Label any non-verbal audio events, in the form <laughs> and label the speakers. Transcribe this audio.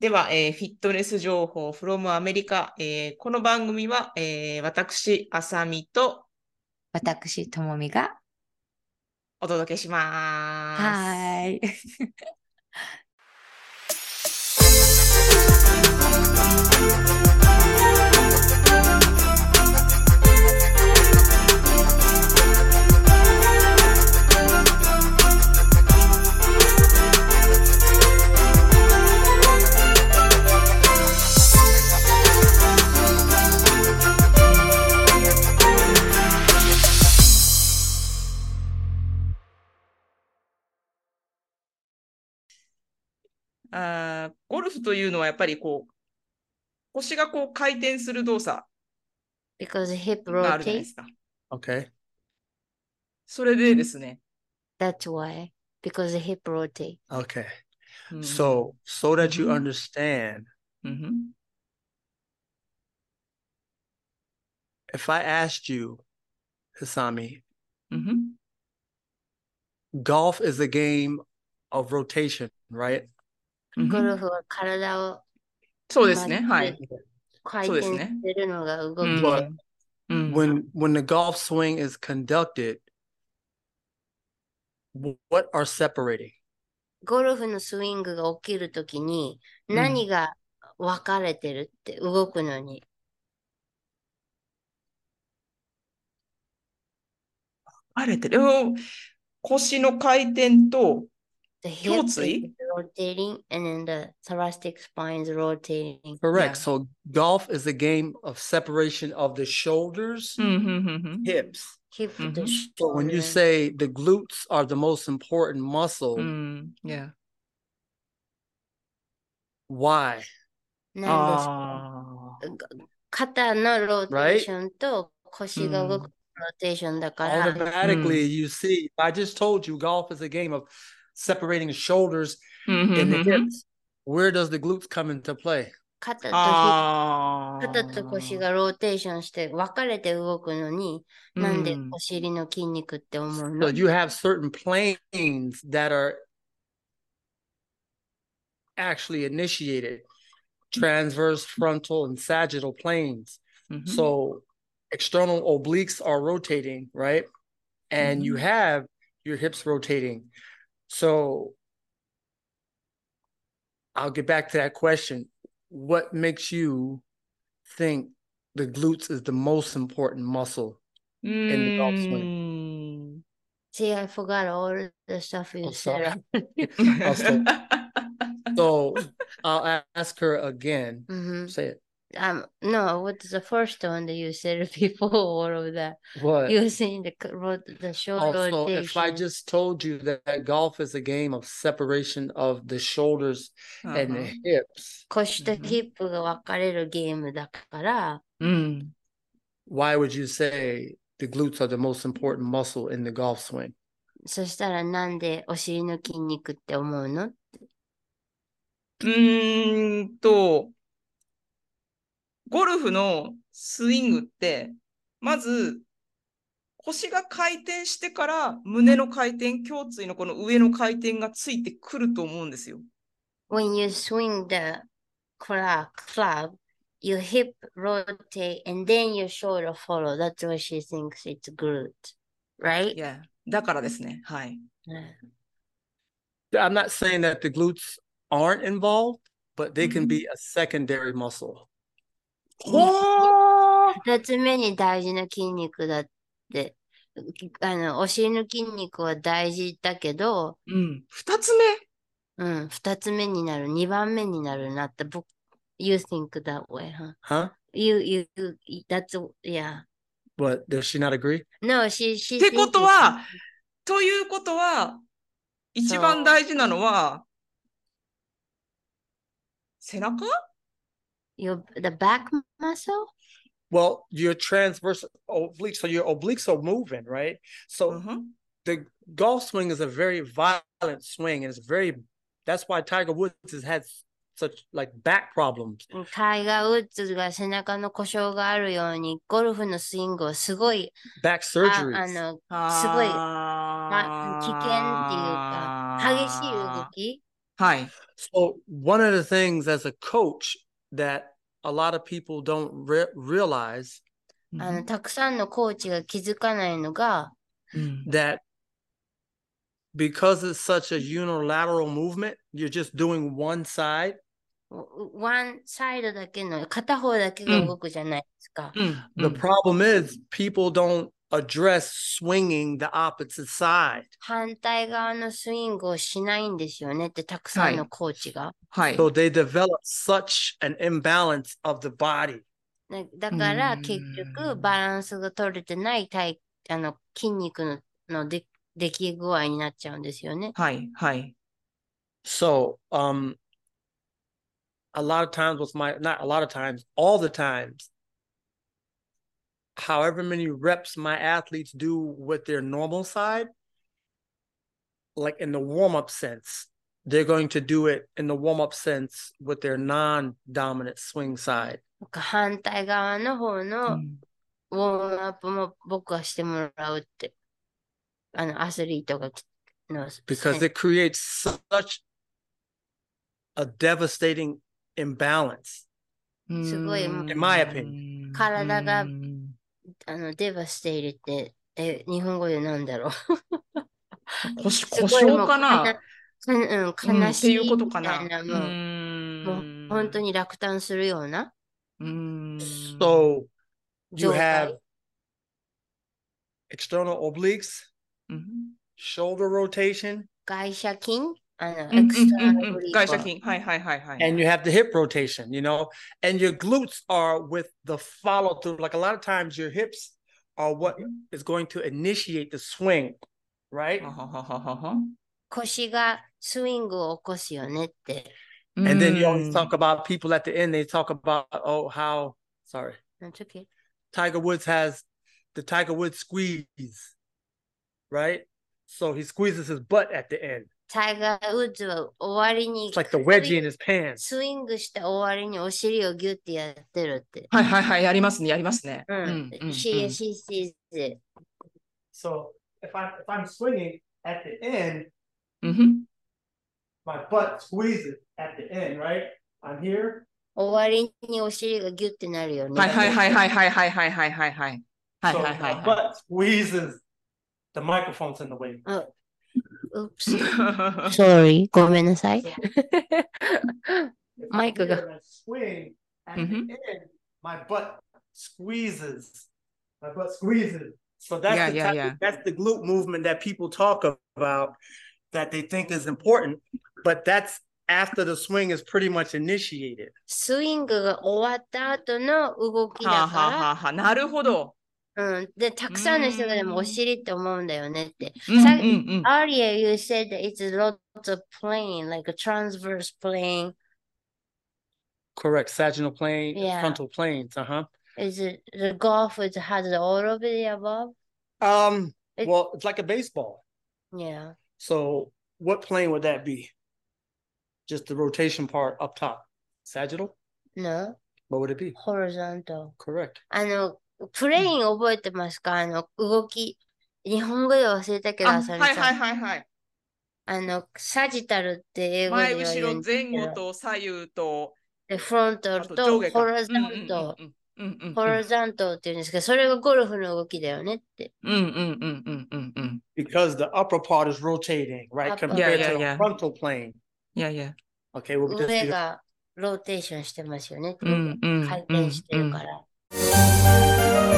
Speaker 1: では、えーフィットネス情報 from アメリカ。えーこの番組は、えー私、あさみと
Speaker 2: 私、ともみが。
Speaker 1: お届けします。
Speaker 2: はーい。
Speaker 1: あーゴルフというのはやっぱりこう、腰がこう回転する動作
Speaker 2: Because hip
Speaker 1: があるじゃないで
Speaker 2: rotates,
Speaker 1: すか。
Speaker 3: Okay.
Speaker 1: それでですね。
Speaker 2: that's why. Because the hip rotates.
Speaker 3: Okay.
Speaker 1: うん
Speaker 3: So, so that you
Speaker 1: Mhm.
Speaker 3: understand,
Speaker 1: うんふん
Speaker 3: if I asked you, Hisami,
Speaker 1: うんふん
Speaker 3: golf is a game of rotation, right?
Speaker 1: うんふ
Speaker 2: ゴ
Speaker 1: ん
Speaker 2: ルフは体を
Speaker 1: そうですね。はい。
Speaker 2: 回
Speaker 1: そうで
Speaker 2: 転
Speaker 1: すね
Speaker 2: するのが動
Speaker 1: う
Speaker 2: き
Speaker 1: ん
Speaker 2: で、
Speaker 1: うん、
Speaker 3: When when the golf swing is conducted, wh- what are separating?
Speaker 2: ゴルフのスイングが起きるときに何が分かれてるって動くのに。
Speaker 1: あれてる。うん腰の回転と、
Speaker 2: The hip
Speaker 1: 胸椎
Speaker 2: is rotating and then the thoracic spine is rotating.
Speaker 1: Yeah.
Speaker 3: Correct. So golf is a game of separation of the shoulders,
Speaker 1: うんうんうんうん
Speaker 3: hips.
Speaker 2: Hip to
Speaker 1: Mhm.
Speaker 3: So when you
Speaker 2: shoulder.
Speaker 3: say the glutes are the most important muscle,
Speaker 1: うん、いや。
Speaker 3: why?
Speaker 2: なんです肩のローテーションと腰が動くローテーションだから、
Speaker 3: automatically you see i just told you golf is a game of separating the shoulders
Speaker 1: うんうんうん
Speaker 3: and the
Speaker 1: うん
Speaker 3: hips where does the glutes come into play
Speaker 2: 肩とひ
Speaker 1: あー
Speaker 2: 肩と腰がローテーションして分かれて動くのに、なんで
Speaker 1: うん
Speaker 2: お尻の筋肉って思う
Speaker 3: so
Speaker 2: の
Speaker 3: you have certain planes that are actually initiated transverse frontal and sagittal planes
Speaker 1: うん
Speaker 3: so external obliques are rotating right and you
Speaker 1: Mhm.
Speaker 3: have your hips rotating so i'll get back to that question what makes you think the glutes is the most important muscle in the golf
Speaker 1: う
Speaker 3: swing.
Speaker 1: ん
Speaker 2: ?See, I forgot all the stuff you
Speaker 3: Oh,
Speaker 2: said.
Speaker 3: sorry. so i'll a- ask her again
Speaker 2: うん、
Speaker 3: say it
Speaker 2: um, no, what's the first one that you said <laughs> before all of that?
Speaker 3: what
Speaker 2: You were saying the, c- ro- the short
Speaker 3: also if i
Speaker 2: rotation.
Speaker 3: just told you that, that golf is a game of separation of the shoulders and
Speaker 1: Uh-huh.
Speaker 3: the hips
Speaker 2: 腰と
Speaker 1: うん
Speaker 2: ヒップが分かれるゲームだから、
Speaker 1: うん。
Speaker 3: why would you say the glutes are the most important muscle in the golf swing?
Speaker 2: そしたらなんでお尻の筋肉って思うの
Speaker 1: うーんと、ゴルフのスイングって、まず、腰が回転してから胸の回転、胸椎のこの上の回転がついてくると思うんですよ。
Speaker 2: When you swing the club, club, your hip rotate and then your shoulder follow. That's why she thinks it's glute, right?
Speaker 1: いや、だからですね。はい。
Speaker 3: I'm not saying that the glutes aren't involved, but they can be a secondary muscle.
Speaker 1: ほー
Speaker 2: 二つ目に大事な筋肉だって。あの、お尻の筋肉は大事だけど、
Speaker 1: うん。二つ目
Speaker 2: うん、二つ目になる、二番目になるなって、僕、you think that way, huh?
Speaker 3: Huh?
Speaker 2: You, you, you, that's, yeah.
Speaker 3: But does she not agree?
Speaker 2: No, she, she
Speaker 1: ってこと
Speaker 2: thinking-
Speaker 1: は、ということは、一番大事なのは、背中
Speaker 2: your, the back muscle?
Speaker 3: Well, your transverse obliques, so your obliques are moving, right? So
Speaker 1: うんふん
Speaker 3: the golf swing is a very violent swing, and it's very. That's why Tiger Woods has had such like back problems.
Speaker 2: タイガー・ウッズが背中の故障があるように、ゴルフのスイングをすごい、あ
Speaker 3: back surgeries.
Speaker 2: あの、
Speaker 1: あー
Speaker 2: あ危険っていうか激しい動き
Speaker 1: はい。
Speaker 3: So one of the things as a coach that a lot of people don't re- realize
Speaker 2: あの、たくさんのコーチが気づかないのが、
Speaker 1: うん、
Speaker 3: that because it's such a unilateral movement, you're just doing one side.
Speaker 2: ワンサイドだけの、片方だけが動くじゃないですか。
Speaker 1: うん、う
Speaker 3: The
Speaker 1: ん
Speaker 3: problem is people don't address swinging the opposite side.
Speaker 2: 反対側のスイングをしないんですよねって、たくさんのコーチが。
Speaker 1: はい。
Speaker 3: So they develop such an imbalance of the body.
Speaker 2: ねだから
Speaker 1: うん
Speaker 2: 結局バランスが取れてない体あの筋肉のので出来具合になっちゃうんですよね。
Speaker 1: はい。はい。
Speaker 3: So um a lot of times with my not a lot of times, all the times, however many reps my athletes do with their normal side, like in the warm-up sense, they're going to do it in the warm-up sense with their non-dominant swing side.
Speaker 2: なんか反対側の方のウォームアップも僕はしてもらうって。あのアスリートがきの。
Speaker 3: because it creates such a devastating imbalance.
Speaker 2: すごいもう
Speaker 3: In my opinion.
Speaker 2: 体が
Speaker 1: うん
Speaker 2: あのデバステイルって、え、日本語でな
Speaker 1: <laughs>
Speaker 2: んだろう。
Speaker 1: 腰、
Speaker 2: す
Speaker 1: 故
Speaker 2: ごいも
Speaker 1: 障
Speaker 2: う
Speaker 1: かな
Speaker 2: かなか
Speaker 1: うん
Speaker 2: うん、悲
Speaker 1: って
Speaker 2: し
Speaker 1: いうことか
Speaker 2: みたい
Speaker 1: な。
Speaker 2: な、もう、もう本当
Speaker 1: に。
Speaker 2: に落胆するような
Speaker 1: うーん
Speaker 3: So you
Speaker 2: 状態。
Speaker 3: have external obliques,
Speaker 1: うん。
Speaker 3: shoulder rotation,
Speaker 2: 外車筋あの、
Speaker 1: うんうん
Speaker 2: エクストラ
Speaker 1: うん
Speaker 2: の
Speaker 1: うん
Speaker 2: ブリー
Speaker 1: 外車
Speaker 2: フ
Speaker 1: 筋。はいはいはいはい。
Speaker 3: and you have the hip rotation, you know, and your glutes are with the follow through. Like a lot of times, your hips are what is going to initiate the swing, right?
Speaker 1: はははははは
Speaker 2: 腰がスイングを起こすよねって。
Speaker 3: And then you
Speaker 1: う
Speaker 3: always
Speaker 1: ん
Speaker 3: talk about people at the end, they talk about, oh, how, sorry.
Speaker 2: なんていうっけ
Speaker 3: Tiger Woods has the Tiger Woods squeeze, right? So he squeezes his butt at the end.
Speaker 2: タイガー・ウッズは終わりに
Speaker 3: It's like the wedgie in his pants.
Speaker 2: スイングした終わりにお尻をギュッてやってるって。
Speaker 1: はいはいはい、やりますね、やりますね。
Speaker 2: うん。she, she sees it.
Speaker 3: So if I if I'm swinging at the end,
Speaker 1: うんうん。
Speaker 3: my butt squeezes at the end, right? I'm here.
Speaker 2: 終わりにお尻がギュッてなるよね。
Speaker 1: はいはいはいはいはいはいはいはいはいはい。はいはいはいはい。
Speaker 3: butt squeezes. The microphone's in the way.
Speaker 2: うっす <laughs> Sorry. ごめんなさい。
Speaker 3: If
Speaker 2: I'm Mike, go- here
Speaker 3: I swing at
Speaker 1: the Mhm.
Speaker 3: end, my butt squeezes. My butt squeezes. So that's
Speaker 1: Yeah,
Speaker 3: the
Speaker 1: yeah,
Speaker 3: type
Speaker 1: yeah.
Speaker 3: that's the glute movement that people talk about that they think is important, but that's after the swing is pretty much initiated.
Speaker 2: スイングが終わった後の動きだ
Speaker 1: はあは
Speaker 2: から。
Speaker 1: あはあはあなるほど。
Speaker 2: うん、で、たくさんの人がでもお尻って思うんだよねって。
Speaker 1: うんうん
Speaker 2: さ
Speaker 1: うん。
Speaker 2: Earlier, you said that it's lots of plane, like a transverse plane.
Speaker 3: Correct. Sagittal plane,
Speaker 2: Yeah.
Speaker 3: frontal planes. Uh huh.
Speaker 2: Is it the golf is has all of the above?
Speaker 3: Um.
Speaker 2: It-
Speaker 3: well, it's like a baseball.
Speaker 2: Yeah.
Speaker 3: So what plane would that be? Just the rotation part up top. Sagittal.
Speaker 2: No?
Speaker 3: What would it be?
Speaker 2: Horizontal.
Speaker 3: Correct.
Speaker 2: あの、プレイン覚えてますかあの、動き。日本語で忘れたけど、
Speaker 1: あ
Speaker 2: それ
Speaker 1: はい
Speaker 2: さ
Speaker 1: は
Speaker 2: ん
Speaker 1: いはいはい。
Speaker 2: あの、サジタルって英語
Speaker 1: 前
Speaker 2: では
Speaker 1: 後
Speaker 2: 言う
Speaker 1: ろ
Speaker 2: ん
Speaker 1: 前後と左右と
Speaker 2: で、フロント
Speaker 1: あ
Speaker 2: ル
Speaker 1: と
Speaker 2: と
Speaker 1: 上下か。
Speaker 2: ホロザント。
Speaker 1: うんうんうんうん
Speaker 2: ホロザントって言うんですけど、それがゴルフの動きだよねって。
Speaker 1: うんうんうんうんうんうんうん。
Speaker 3: because the upper part is rotating, right?
Speaker 2: Upper.
Speaker 3: Compared
Speaker 1: Yeah, yeah,
Speaker 3: to the
Speaker 1: yeah.
Speaker 3: frontal plane.
Speaker 1: いやいや。
Speaker 3: Okay, we'll just
Speaker 2: 上
Speaker 3: be the
Speaker 2: がローテーションしてますよね。
Speaker 1: うんうんうんうん
Speaker 2: 回転してるから。